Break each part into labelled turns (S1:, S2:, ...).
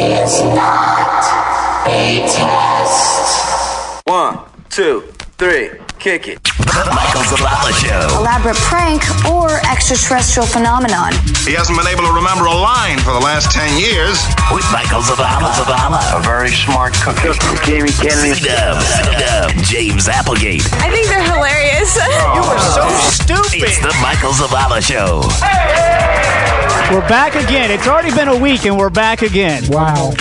S1: is not a test.
S2: One, two, three, kick it.
S3: Michael Zavala Show.
S4: elaborate prank or extraterrestrial phenomenon.
S5: He hasn't been able to remember a line for the last 10 years.
S3: With Michael Zavala. Zavala. A very smart cookie.
S2: Jamie Kennedy.
S3: C-Dub. C-Dub. And James Applegate.
S6: I think they're hilarious.
S3: So stupid. It's the Michael Zavala Show.
S7: We're back again. It's already been a week, and we're back again.
S8: Wow.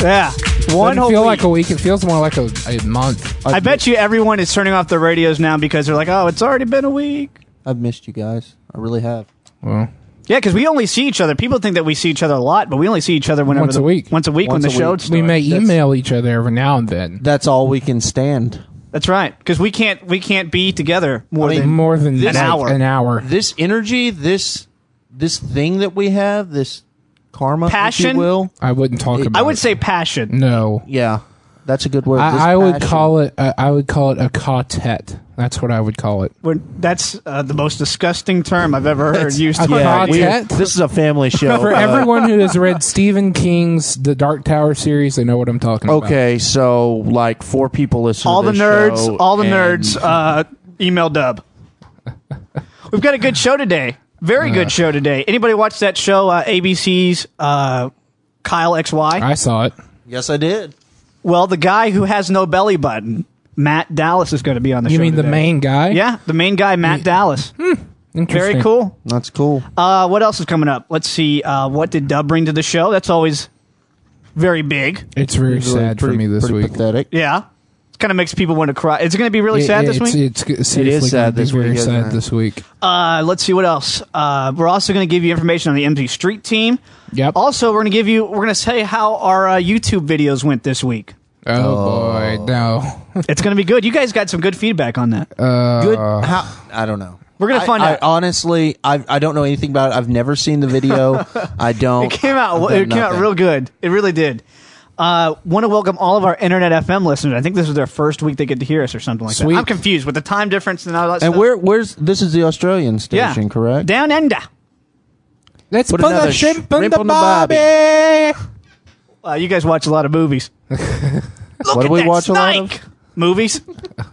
S7: Yeah, one
S8: Doesn't
S7: whole
S8: feel
S7: week.
S8: like a week. It feels more like a, a month.
S7: I bet you everyone is turning off the radios now because they're like, "Oh, it's already been a week."
S9: I've missed you guys. I really have.
S8: Well,
S7: Yeah, because we only see each other. People think that we see each other a lot, but we only see each other whenever
S8: Once a
S7: the-
S8: week.
S7: Once a week
S9: Once
S7: when
S9: a
S7: the show
S9: week.
S7: starts.
S8: we may
S9: That's-
S8: email each other every now and then.
S9: That's all we can stand.
S7: That's right, because we can't we can't be together more
S9: mean,
S7: than
S8: More than like
S9: This-
S7: An hour.
S8: An hour.
S9: This energy, this this thing that we have, this karma, if
S7: Passion?
S9: you will.
S8: I wouldn't talk about.
S7: I would
S8: it.
S7: say passion.
S8: no.
S9: Yeah, that's a good word. This
S8: I, I would
S9: passion.
S8: call it. A, I would call it a quartet. That's what I would call it.
S7: When- That's uh, the most disgusting term I've ever heard used.
S8: a
S7: to
S9: Yeah,
S8: Podcast?
S9: we- this is a family show.
S8: For
S9: Uh,
S8: everyone who has read Stephen King's The Dark Tower series, they know what I'm talking about.
S9: okay, so like four people listen.
S7: all
S9: to
S7: the
S9: this
S7: nerds,
S9: show,
S7: all the
S9: and
S7: nerds, uh, email Dub. We've got a good show today. Very good show today. Anybody watch that show, uh, ABC's uh, Kyle XY?
S8: I saw it.
S9: Yes, I did.
S7: Well, the guy who has no belly button, Matt Dallas, is going to be on the
S8: You
S7: show.
S8: mean the
S7: today.
S8: main guy?
S7: Yeah, the main guy, Matt Dallas.
S8: Interesting.
S7: Very cool.
S9: That's cool.
S7: Uh, what else is coming up? Let's see. Uh, what did Dub bring to the show? That's always very big.
S8: It's very
S9: Really
S8: sad
S9: pretty-
S8: for me this
S9: pretty
S8: week.
S9: Pathetic.
S7: Yeah. It kind of makes people want to cry. It's going to be really
S8: It-
S7: sad
S8: it's,
S7: this week.
S8: It's, g- seriously
S9: sad
S8: gonna be
S9: this
S8: very
S9: week, isn't
S8: sad
S9: it?
S8: this week.
S7: Uh, let's see what else. Uh, we're also going to give you information on the MZ Street team.
S8: Yep.
S7: Also, we're going to give you. We're going to say how our uh, YouTube videos went this week.
S8: Oh, boy, no.
S7: It's going to be good. You guys got some good feedback on that.
S9: Oh,
S8: Uh,
S9: Good. How, I don't know.
S7: We're gonna
S9: I-
S7: find
S9: I,
S7: out.
S9: honestly, I I don't know anything about it. I've never seen the video. I don't.
S7: it came out.
S9: I've done
S7: It came out
S9: nothing.
S7: real good. It really did. Uh, want to welcome all of our internet FM listeners. I think this is their first week they get to hear us or something like
S8: Sweet.
S7: that. I'm confused with the time difference and all that.
S9: And
S7: stuff.
S9: where where's this is the Australian
S7: yeah,
S9: station, correct?
S7: Down under.
S8: Let's
S9: Put
S8: put
S9: another
S8: a shrimp on
S9: shrimp
S8: the
S9: on the
S8: barbie.
S7: Uh, you guys watch a lot of movies. Look
S9: What
S7: at
S9: do we
S7: that
S9: watch a lot
S7: snake.
S9: of?
S7: Movies.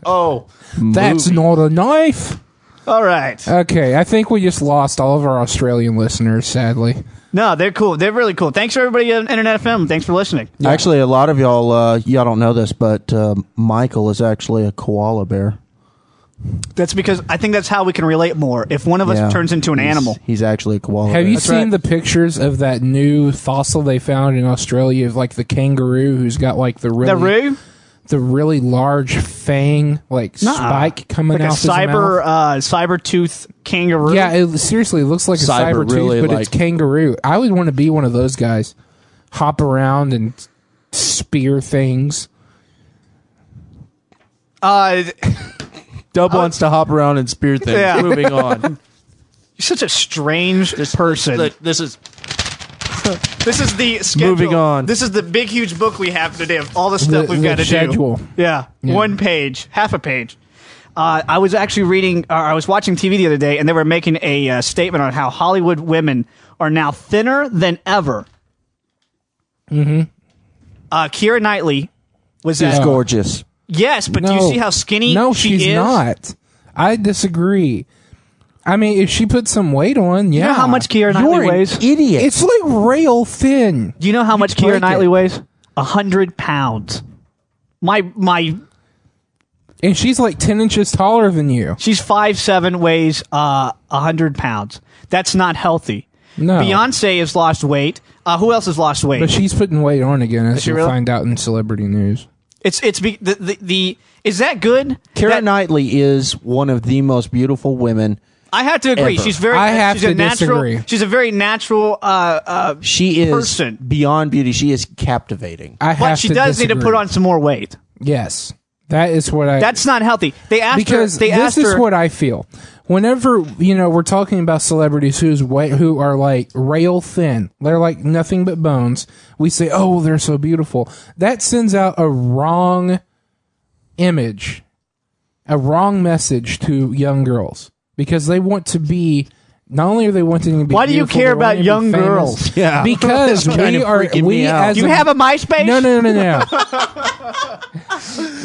S9: Oh,
S8: That's not a knife.
S7: All right.
S8: Okay, I think we just lost all of our Australian listeners, sadly.
S7: No, they're cool. They're really cool. Thanks for everybody on Internet FM. Thanks for listening.
S9: actually, a lot of y'all uh, y'all don't know this, but uh, Michael is actually a koala bear.
S7: That's because I think that's how we can relate more. If one of us
S9: Yeah.
S7: turns into an
S9: He's-
S7: animal,
S9: He's actually a koala.
S8: Have
S9: bear.
S8: you seen the pictures of that new fossil they found in Australia of like the kangaroo who's got like the really
S7: the roo,
S8: the really large fang like
S7: Nuh-uh.
S8: spike coming
S7: like a
S8: out his
S7: cyber
S8: mouth?
S7: uh, cyber tooth kangaroo.
S8: Yeah, it seriously looks like
S9: Cyber,
S8: a cyber tooth,
S9: really,
S8: but
S9: like-
S8: it's kangaroo. I would want to be one of those guys. Hop around and spear things.
S7: uh,
S9: Dub wants to hop around and spear things.
S7: Yeah.
S9: Moving on.
S7: you're such a strange person.
S9: Look, this is
S7: this is the schedule.
S9: Moving on.
S7: This is the big huge book we have today of all the stuff
S8: The-
S7: we've
S8: the
S7: got to
S8: schedule.
S7: do. Yeah, one page, half a page. Uh, I was actually reading, or I was watching TV the other day, and they were making a uh, statement on how Hollywood women are now thinner than ever. Mm-hmm.
S8: Mm-hmm.
S7: Uh, Keira Knightley was at
S9: she's
S8: uh,
S9: gorgeous.
S7: Yes, but do you
S8: No.
S7: see how skinny
S8: No,
S7: she
S8: she's
S7: is?
S8: not. I disagree. I mean, if she put some weight on, yeah.
S7: You know how much Keira Knightley
S8: You're an
S7: weighs?
S9: Idiot.
S8: It's like rail thin.
S7: Do you know how much
S8: break
S7: Keira
S8: it.
S7: Knightley weighs? A hundred pounds. My my
S8: And she's like 10 inches taller than you.
S7: she's five seven, weighs uh a hundred pounds. That's not healthy.
S8: No.
S7: Beyonce has lost weight. Uh, who else has lost weight?
S8: But she's putting weight on again, as
S7: she
S8: you'll
S7: really?
S8: find out in celebrity news.
S7: it's it's be, the, the the is that good?
S9: Karen
S7: That-
S9: Knightley is one of the most beautiful women.
S7: I have to agree.
S9: Ever.
S7: She's very.
S8: I have
S7: she's a
S8: to
S7: natural,
S8: disagree.
S7: She's a very natural. Uh, uh,
S9: She is
S7: Person.
S9: beyond beauty. She is captivating.
S8: I
S7: but
S8: have
S7: she
S8: to
S7: does need to
S8: disagree.
S7: put on some more weight.
S8: Yes. That is what I.
S7: That's not healthy. They asked
S8: because
S7: her. They
S8: this
S7: asked
S8: is
S7: her,
S8: what I feel. Whenever you know we're talking about celebrities who's wa who are like rail thin, they're like nothing but bones. We say, "Oh, they're so beautiful." That sends out a wrong image, a wrong message to young girls because they want to be Not only are they wanting to be
S7: Why do you
S8: beautiful,
S7: care
S8: they want
S7: about
S8: to be
S7: young
S8: famous.
S7: girls?
S9: Yeah.
S8: because
S9: That's kind
S8: we
S9: of
S8: are
S9: freaking
S8: we
S9: me out.
S8: as
S7: Do you have a MySpace?
S8: no no no no.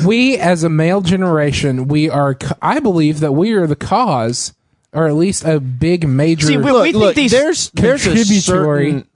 S8: we as a male generation, we are. c- I believe that we are the cause, or at least a big major.
S7: See, we-
S9: look,
S7: think
S9: look,
S7: these
S9: there's there's a
S8: contributory-
S9: certain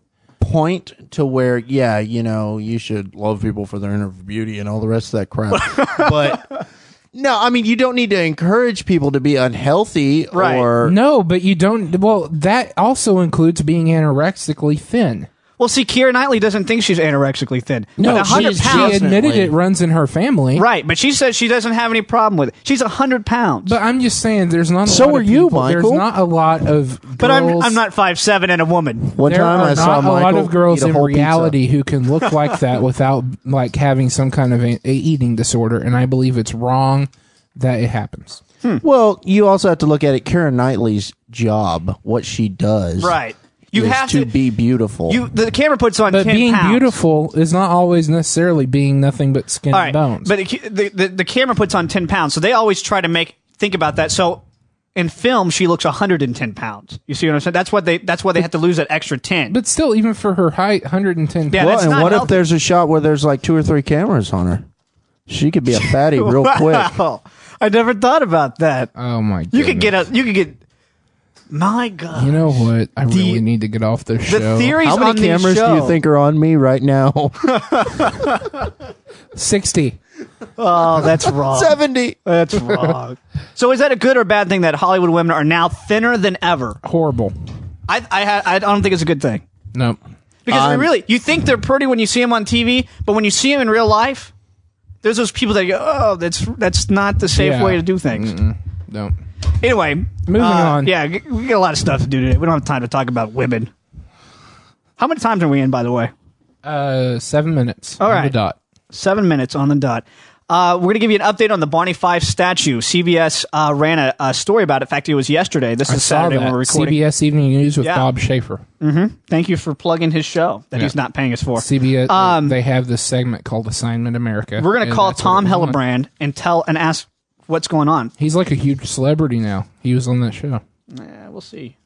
S9: point to where yeah you know you should love people for their inner beauty and all the rest of that crap but no i mean you don't need to encourage people to be unhealthy
S7: Right.
S9: or
S8: no, but you don't. Well, that also includes being anorexically thin.
S7: Well, see, Keira Knightley doesn't think she's anorexically thin.
S9: No,
S7: but 100
S9: she's-
S7: pounds.
S8: She admitted it runs in her family.
S7: Right, but she says she doesn't have any problem with it. She's 100 pounds.
S8: But I'm just saying, there's not. A
S9: So
S8: lot
S9: are
S8: of
S9: you,
S8: people- There's
S9: Michael.
S8: not a lot of. Girls,
S7: But I'm, I'm not five seven and a woman.
S9: one
S8: there
S9: time
S8: are
S9: i
S8: not
S9: saw
S8: a lot
S9: Michael
S8: of girls
S9: eat a
S8: in
S9: whole pizza.
S8: reality who can look like that without like having some kind of a, a eating disorder, and I believe it's wrong that it happens.
S7: Hmm.
S9: well you also have to look at it karen knightley's job what she does
S7: Right. You
S9: is
S7: have
S9: to,
S7: to-
S9: be beautiful
S7: You the camera puts on
S8: But
S7: 10
S8: being
S7: pounds.
S8: beautiful is not always necessarily being nothing but skin
S7: All
S8: and
S7: right,
S8: bones.
S7: but it, the, the the camera puts on 10 pounds, so they always try to make think about that. So in film, she looks 110 pounds. You see what I'm saying? That's what they that's why they had to lose that extra 10.
S8: but still, even for her height, 110
S7: Yeah,
S9: well
S7: that's
S9: and
S7: not
S9: what if
S7: healthy.
S9: there's a shot where there's like two or three cameras on her she could be a fatty real quick
S7: Wow. I never thought about that.
S8: Oh my!
S7: you could get
S8: goodness.
S7: a you could get my god.
S8: You know what? I
S7: The-
S8: really need to get off this
S7: the
S8: show.
S7: theories
S9: how
S7: on
S9: many
S7: these
S9: cameras do you
S7: shows-
S9: think are on me right now
S8: 60.
S7: Oh, that's wrong.
S9: 70
S7: That's wrong. so is that a good or bad thing that Hollywood women are now thinner than ever?
S8: Horrible.
S7: I I, ha- I don't think it's a good thing.
S8: Nope.
S7: Because I
S8: Um,
S9: I'm-
S7: really, you think they're pretty when you see them on TV, but when you see them in real life, there's those people that go, "Oh, that's that's not the safe
S8: Yeah.
S7: way to do things."
S8: Nope.
S7: Anyway, moving
S8: on.
S7: Yeah, g- we got a lot of stuff to do today. We don't have time to talk about women. How many times are we in, by the way?
S8: Uh, seven minutes. All
S7: right.
S8: The dot.
S7: Seven minutes on the dot. Uh, we're going to give you an update on the Bonnie Five statue. CBS uh, ran a, a story about it. In fact, it was yesterday. This
S8: I
S7: is
S8: saw
S7: Saturday when
S8: that.
S7: we're recording.
S8: CBS Evening News with
S7: Yeah.
S8: Bob Schaefer.
S7: Thank you for plugging his show that
S8: Yeah.
S7: he's not paying us for.
S8: CBS. they have this segment called Assignment America.
S7: Um, we're going
S8: and
S7: to call
S8: that's what
S7: Tom
S8: it was on.
S7: Hellebrand and tell and ask what's going on.
S8: He's like a huge celebrity now. He was on that show.
S7: Yeah, we'll see.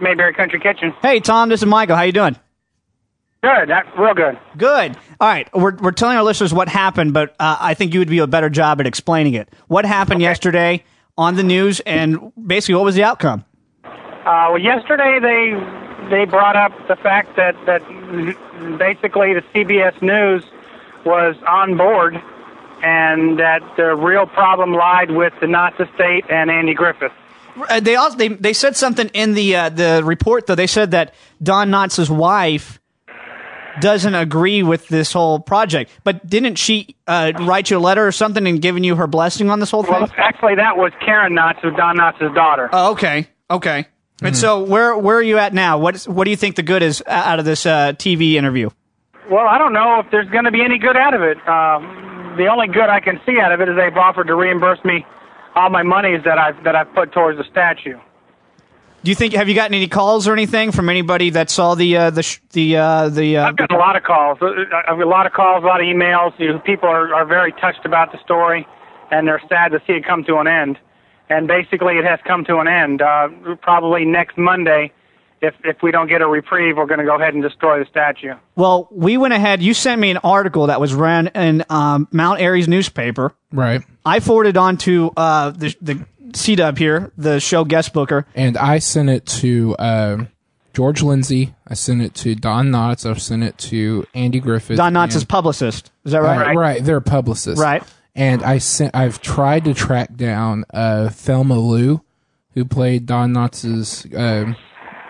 S6: Mayberry Country Kitchen.
S7: Hey, Tom, this is Michael. How you doing?
S6: Good, that, real good.
S7: Good. All right, we're we're telling our listeners what happened, but uh, I think you would do a better job at explaining it. What happened yesterday on the news, and basically, what was the outcome?
S6: Uh, well, yesterday they they brought up the fact that that basically the CBS News was on board, and that the real problem lied with the Nazi state and Andy Griffith.
S7: Uh, they also they they said something in the uh, the report though. They said that Don Knotts' wife doesn't agree with this whole project, but didn't she uh, write you a letter or something and giving you her blessing on this whole thing?
S6: Well, actually, that was Karen Knotts, who's Don Knotts' daughter.
S7: Oh, okay. Okay. And so where where are you at now? What is, what do you think the good is o- out of this uh, TV interview?
S6: Well, I don't know if there's going to be any good out of it. Uh, the only good I can see out of it is they've offered to reimburse me all my monies that I've that I've put towards the statue.
S7: Do you think have you gotten any calls or anything from anybody that saw the uh, the sh- the uh, the uh,
S6: I've gotten a lot of calls. Uh, I've got a lot of calls, a lot of emails. You know, people are, are very touched about the story, and they're sad to see it come to an end. And basically, it has come to an end. Uh, probably next Monday, if if we don't get a reprieve, we're going to go ahead and destroy the statue.
S7: well we went ahead you sent me an article that was ran in um, Mount Airy's newspaper.
S8: Right.
S7: I forwarded on to uh, the the C Dub here, the show guest booker.
S8: And I sent it to um George Lindsay. I sent it to Don Knotts. I sent it to Andy Griffith.
S7: Don Knotts'
S8: and-
S7: publicist. Is that right?
S8: Uh, right. They're publicists.
S7: Right.
S8: And I sent. I've tried to track down uh, Thelma Lou, who played Don Knotts' um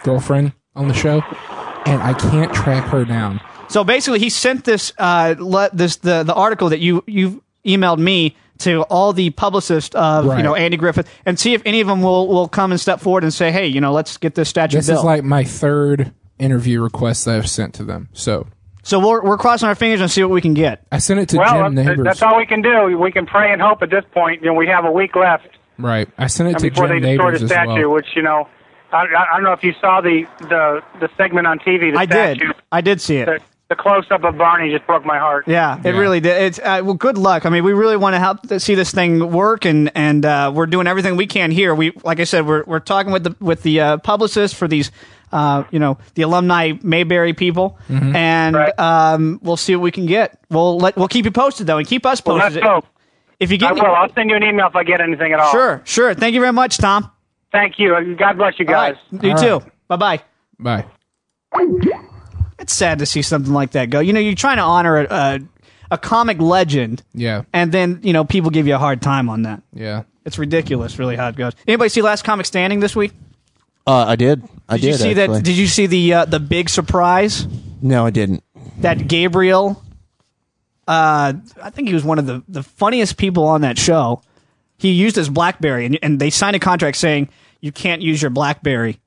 S8: girlfriend on the show, and I can't track her down.
S7: So basically, he sent this uh, le- this the the article that you you emailed me to all the publicists of you
S8: Right.
S7: know Andy Griffith and see if any of them will will come and step forward and say, hey, you know, let's get this statue
S8: This
S7: built.
S8: is like my third interview request that I've sent to them. So
S7: so we're we're crossing our fingers and see what we can get.
S8: I sent it to
S6: Well,
S8: Jim
S6: that's-
S8: Neighbors.
S6: that's all we can do. We can pray and hope at this point. You know, we have a week left
S8: right. I sent it
S6: and
S8: to
S6: before
S8: Jim
S6: they destroy
S8: Neighbors
S6: the
S8: as
S6: statue,
S8: well.
S6: which you know, I, I I don't know if you saw the the the segment on TV. The
S7: I
S6: statue.
S7: did. I did see it.
S6: that the close up of Barney just broke my heart.
S7: Yeah, it really did. It's uh, well, good luck. I mean, we really want to help to see this thing work, and and uh, we're doing everything we can here. We, like I said, we're we're talking with the with the uh, publicist for these, uh, you know, the alumni Mayberry people,
S8: Mm-hmm.
S7: and
S6: Right.
S7: um, we'll see what we can get. We'll let we'll keep you posted though, and keep us
S6: Well, let's
S7: posted.
S6: hope.
S7: if you get
S6: I
S7: any-
S6: will. I'll send you an email if I get anything at all.
S7: sure, sure. Thank you very much, Tom.
S6: Thank you. God bless you guys.
S7: All right. You
S8: All
S7: too.
S8: right.
S7: Bye bye.
S8: Bye.
S7: It's sad to see something like that go. You know, you're trying to honor a a, a comic legend,
S8: Yeah.
S7: and then you know people give you a hard time on that.
S8: Yeah.
S7: It's ridiculous, really, how it goes. Anybody see Last Comic Standing this week?
S9: Uh, I did. I
S7: Did you see
S9: actually.
S7: that? Did you see the uh, the big surprise
S9: no, I didn't.
S7: that Gabriel? Uh, I think he was one of the the funniest people on that show. He used his BlackBerry, and and they signed a contract saying you can't use your BlackBerry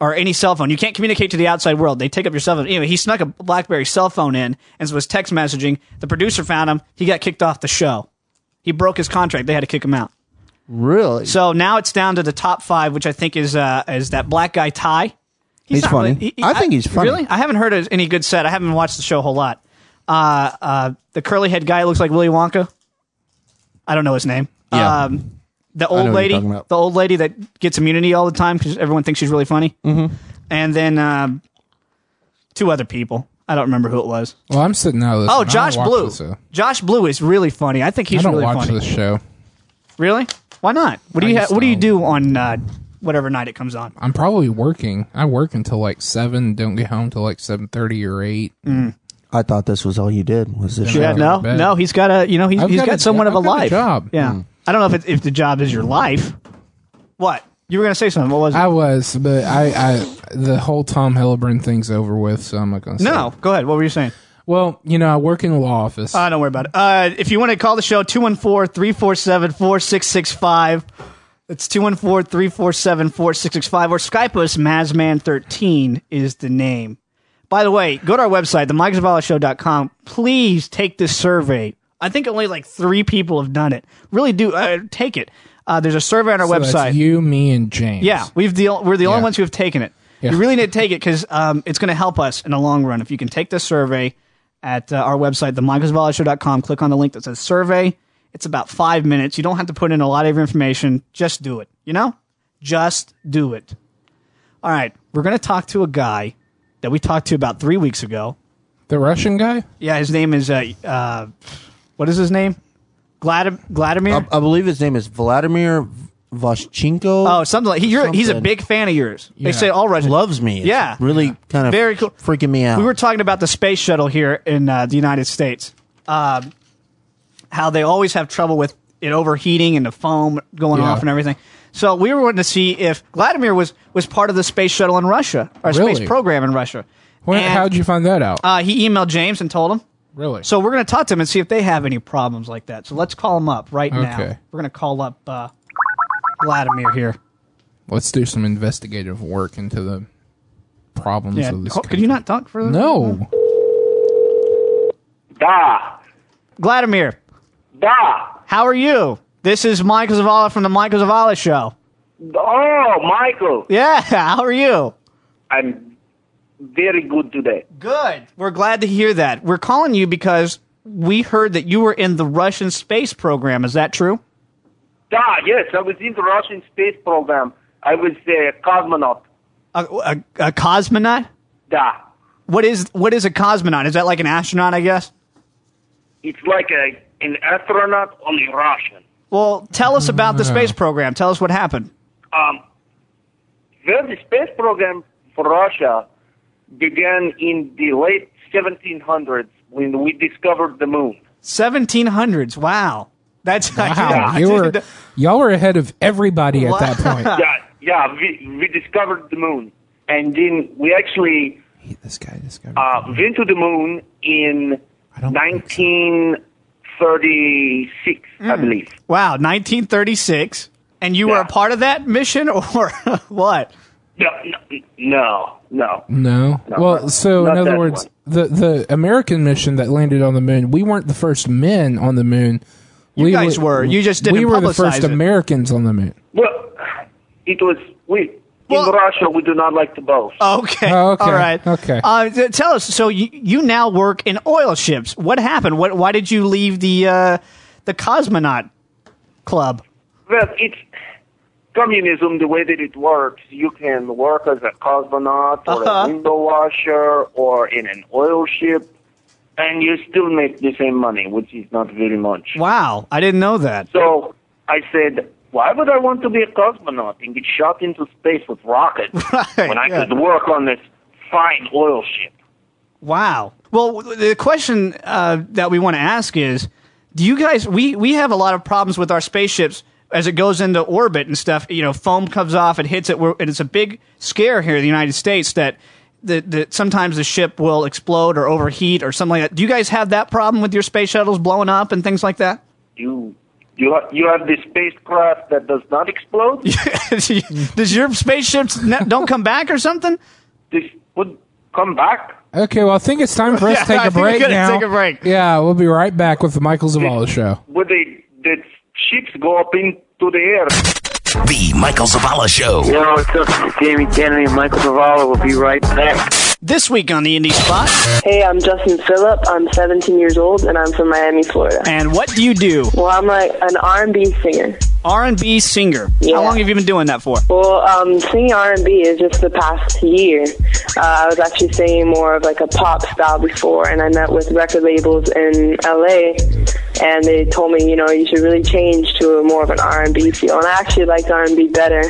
S7: or any cell phone. You can't communicate to the outside world. They take up your cell phone. Anyway, he snuck a BlackBerry cell phone in and was text messaging. The producer found him. He got kicked off the show. He broke his contract. They had to kick him out.
S9: Really?
S7: So now it's down to the top five, which I think is uh, is that black guy Ty.
S9: He's
S7: not
S9: funny.
S7: really-
S9: I think he's funny.
S7: Really, I haven't heard of any good set. I haven't watched the show a whole lot. Uh, uh, the curly head guy looks like Willy Wonka. I don't know his name.
S9: Yeah.
S7: Um, the
S9: know
S7: old
S9: who you're
S7: lady,
S9: talking
S7: the
S9: about.
S7: old lady that gets immunity all the time because everyone thinks she's really funny. Mm-hmm. And then um, two other people. I don't remember who it was.
S8: Well, I'm sitting out of this.
S7: Oh,
S8: one. I
S7: Josh
S8: don't watch
S7: Blue.
S8: This, uh,
S7: Josh Blue is really funny. I think
S8: I
S7: he's
S8: don't
S7: really
S8: watch
S7: funny.
S8: this show.
S7: Really? Why not? What do
S8: I
S7: you ha-
S8: just
S7: What do you
S8: don't.
S7: do on uh, whatever night it comes on?
S8: I'm probably working. I work until like seven. Don't get home till like seven thirty or eight.
S7: Mm.
S9: I thought this was all you did was this
S8: Yeah,
S7: Yeah,
S9: show.
S7: no,
S8: bad.
S7: no. He's got a you know he's,
S8: I've
S7: he's
S8: got
S7: got,
S8: a-
S7: somewhat
S8: I've
S7: of a
S8: got a
S7: life
S8: job. Hmm.
S7: Yeah, I don't know if it, if the job is your life. What you were gonna say something? What was it?
S8: I was, but I, I the whole Tom Hellebrun thing's over with, so I'm not gonna. Say
S7: no,
S8: it.
S7: go ahead. What were you saying?
S8: Well, you know, I work in a law office.
S7: Uh, don't worry about it. Uh, if you want to call the show, 214 347 4665. It's 214 347 4665. Or Skype us, Mazman13 is the name. By the way, go to our website, themikezavallashow.com. Please take this survey. I think only like three people have done it. Really do. Uh, take it. Uh, there's a survey on our
S8: So that's
S7: website.
S8: you, me, and James.
S7: Yeah, we've the, we're the only
S8: Yeah.
S7: ones who have taken it.
S8: Yeah.
S7: You really need to take it because um, it's going to help us in the long run. If you can take this survey at uh, our website, themichaelsvallishow.com, click on the link that says survey. It's about five minutes. You don't have to put in a lot of your information. Just do it. You know? Just do it. All right. We're going to talk to a guy that we talked to about three weeks ago.
S8: The Russian guy.
S7: Yeah, his name is, uh, uh, what is his name? Glad- Gladimir?
S9: I, I believe his name is Vladimir Vashchenko.
S7: oh, something like he, you're, He's a
S9: something.
S7: big fan of yours.
S8: Yeah.
S7: They say all Russian.
S9: loves me. It's
S7: Yeah.
S9: really kind of
S7: Very cool.
S9: Freaking me out.
S7: We were talking about the space shuttle here in uh, the United States. Um, how they always have trouble with it overheating and the foam going
S8: Yeah.
S7: off and everything. So we were wanting to see if Vladimir was was part of the space shuttle in Russia or
S8: Really?
S7: space program in Russia.
S8: When,
S7: And,
S8: how'd you find that out?
S7: Uh, he emailed James and told him.
S8: really?
S7: So we're going to talk to him and see if they have any problems like that. So let's call him up right now.
S8: Okay.
S7: We're going to call up uh, Vladimir here.
S8: let's do some investigative work into the problems
S7: Yeah.
S8: of this.
S7: Co- Could
S8: country.
S7: you not talk for
S8: No.
S6: Da.
S7: Vladimir?
S6: Da.
S7: How are you? This is Michael Zavala from the Michael Zavala Show.
S6: Oh, Michael.
S7: Yeah, how are you?
S6: I'm very good today.
S7: Good. We're glad to hear that. We're calling you because we heard that you were in the Russian space program. Is that true?
S6: Da, yes, I was in the Russian space program. I was a cosmonaut.
S7: A, a, a cosmonaut?
S6: Da.
S7: What is what is a cosmonaut? Is that like an astronaut? I guess.
S6: It's like a, an astronaut, only Russian.
S7: Well, tell us about the space program. Tell us what happened.
S6: Um, well, the space program for Russia began in the late 1700s when we discovered the moon.
S7: Seventeen hundreds. Wow, that's
S8: Wow, you were y'all were ahead of everybody at that point.
S6: Yeah, yeah, we, we discovered the moon. And then we actually
S8: this guy discovered.
S6: uh, went to the moon in
S8: I don't think so.
S6: 1936, I
S8: Hmm.
S6: believe.
S7: wow. Nineteen thirty six, and you were
S6: Yeah.
S7: a part of that mission, or what?
S6: No, no, no.
S8: No. well, so
S6: not
S8: in other
S6: that
S8: words,
S6: one.
S8: the the American mission that landed on the moon, we weren't the first men on the moon. You we
S7: guys were. You just didn't
S8: We were the
S7: publicize
S8: first
S7: it.
S8: Americans on the moon.
S6: Well, it was we
S7: Well-
S10: in Russia, we do not like to boast.
S7: Okay.
S8: Oh, okay.
S7: All right.
S8: Okay.
S7: Uh, t- tell us. So you, you now work in oil ships. What happened? What? Why did you leave the uh, the cosmonaut club?
S10: well, it's communism. The way that it works, you can work as a cosmonaut or
S7: Uh-huh.
S10: a window washer or in an oil ship, and you still make the same money, which is not very much.
S7: Wow, I didn't know that.
S10: So I said, why would I want to be a cosmonaut and get shot into space with rockets
S7: Right,
S10: when I
S7: yeah.
S10: could work on this fine oil ship?
S7: Wow. Well, w- the question uh, that we want to ask is, do you guys? We we have a lot of problems with our spaceships as it goes into orbit and stuff. You know, foam comes off, it hits it, we're- and it's a big scare here in the United States that. That, that sometimes the ship will explode or overheat or something like that. Do you guys have that problem with your space shuttles blowing up and things like that?
S10: You you ha- you have this spacecraft that does not explode.
S7: Does your spaceships ne- don't come back or something?
S10: This would come back.
S8: Okay, well, I think it's time for us
S7: Yeah,
S8: to take
S7: I
S8: a
S7: think we
S8: break
S7: gotta
S8: now.
S7: take a break.
S8: Yeah, we'll be right back with the Michael Zavala show.
S10: Would they the ships go up into the air?
S3: The Michael Zavala Show.
S11: Yo, what's up? This is Jamie Kennedy and Michael Zavala will be right back.
S7: This week on the Indie Spot,
S6: Hey, I'm Justin Phillip. I'm 17 years old, and I'm from Miami, Florida.
S7: and what do you do?
S6: Well, I'm like an R&B singer.
S7: R&B singer.
S6: Yeah.
S7: How long have you been doing that for?
S6: Well, um, singing R&B is just the past year. Uh, I was actually singing more of like a pop style Uh, before, and I met with record labels in LA, and they told me, you know, you should really change to a more of an R&B feel. And I actually liked R&B better,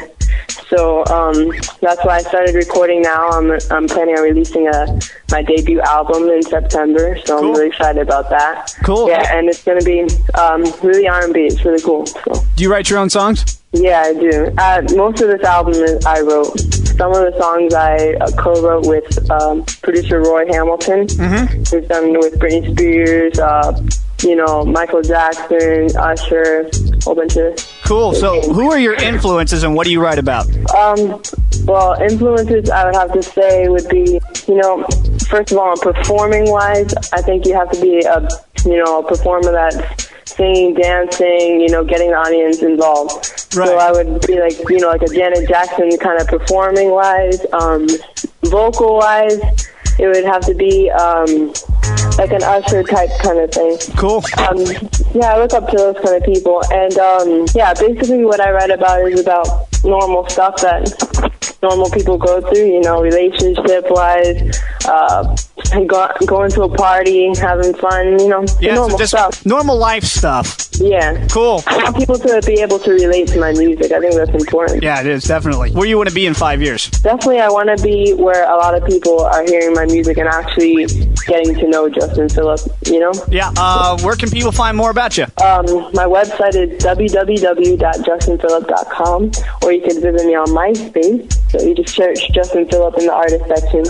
S6: so um, that's why I started recording now. I'm I'm planning on releasing a my debut album in September, so I'm really excited about that.
S7: Cool.
S6: Yeah, and it's gonna be um, really R&B. It's really cool. So.
S7: Do you write your own songs?
S6: Yeah, I do. Uh, most of this album is I wrote. Some of the songs I uh, co-wrote with um, producer Roy Hamilton. Mm-hmm. We've done with Britney Spears, uh, you know, Michael Jackson, Usher, a whole bunch of.
S7: Cool. So, who are your influences and what do you write about?
S6: Um, well, influences I would have to say would be, you know, first of all, performing wise, I think you have to be a, you know, a performer that's singing, dancing, you know, getting the audience involved.
S7: Right.
S6: So I would be like, you know, like a Janet Jackson kind of performing wise, um, vocal wise, it would have to be um, like an usher type kind of thing
S7: Cool.
S6: um, yeah, I look up to those kind of people. And um, yeah, basically what I write about is about normal stuff that normal people go through, you know, relationship wise, uh, go, going to a party, having fun, you know, the
S7: Yeah, so
S6: normal
S7: just
S6: stuff.
S7: normal life stuff.
S6: Yeah.
S7: Cool.
S6: I want people to be able to relate to my music. I think that's important.
S7: Yeah, it is definitely. Where you want to be in 5 years?
S6: Definitely, I want to be where a lot of people are hearing my music and actually getting to know Justin Phillips, you know?
S7: Yeah, uh, where can people find more about you?
S6: Um, my website is www.justinphillip.com, or you can visit me on MySpace. So you just search Justin Phillip in the artist section.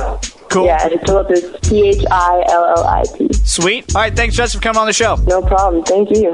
S7: Cool.
S6: Yeah, and Phillip is P H I L L I P.
S7: Sweet. All right, thanks Justin for coming on the show.
S6: No problem. Thank you.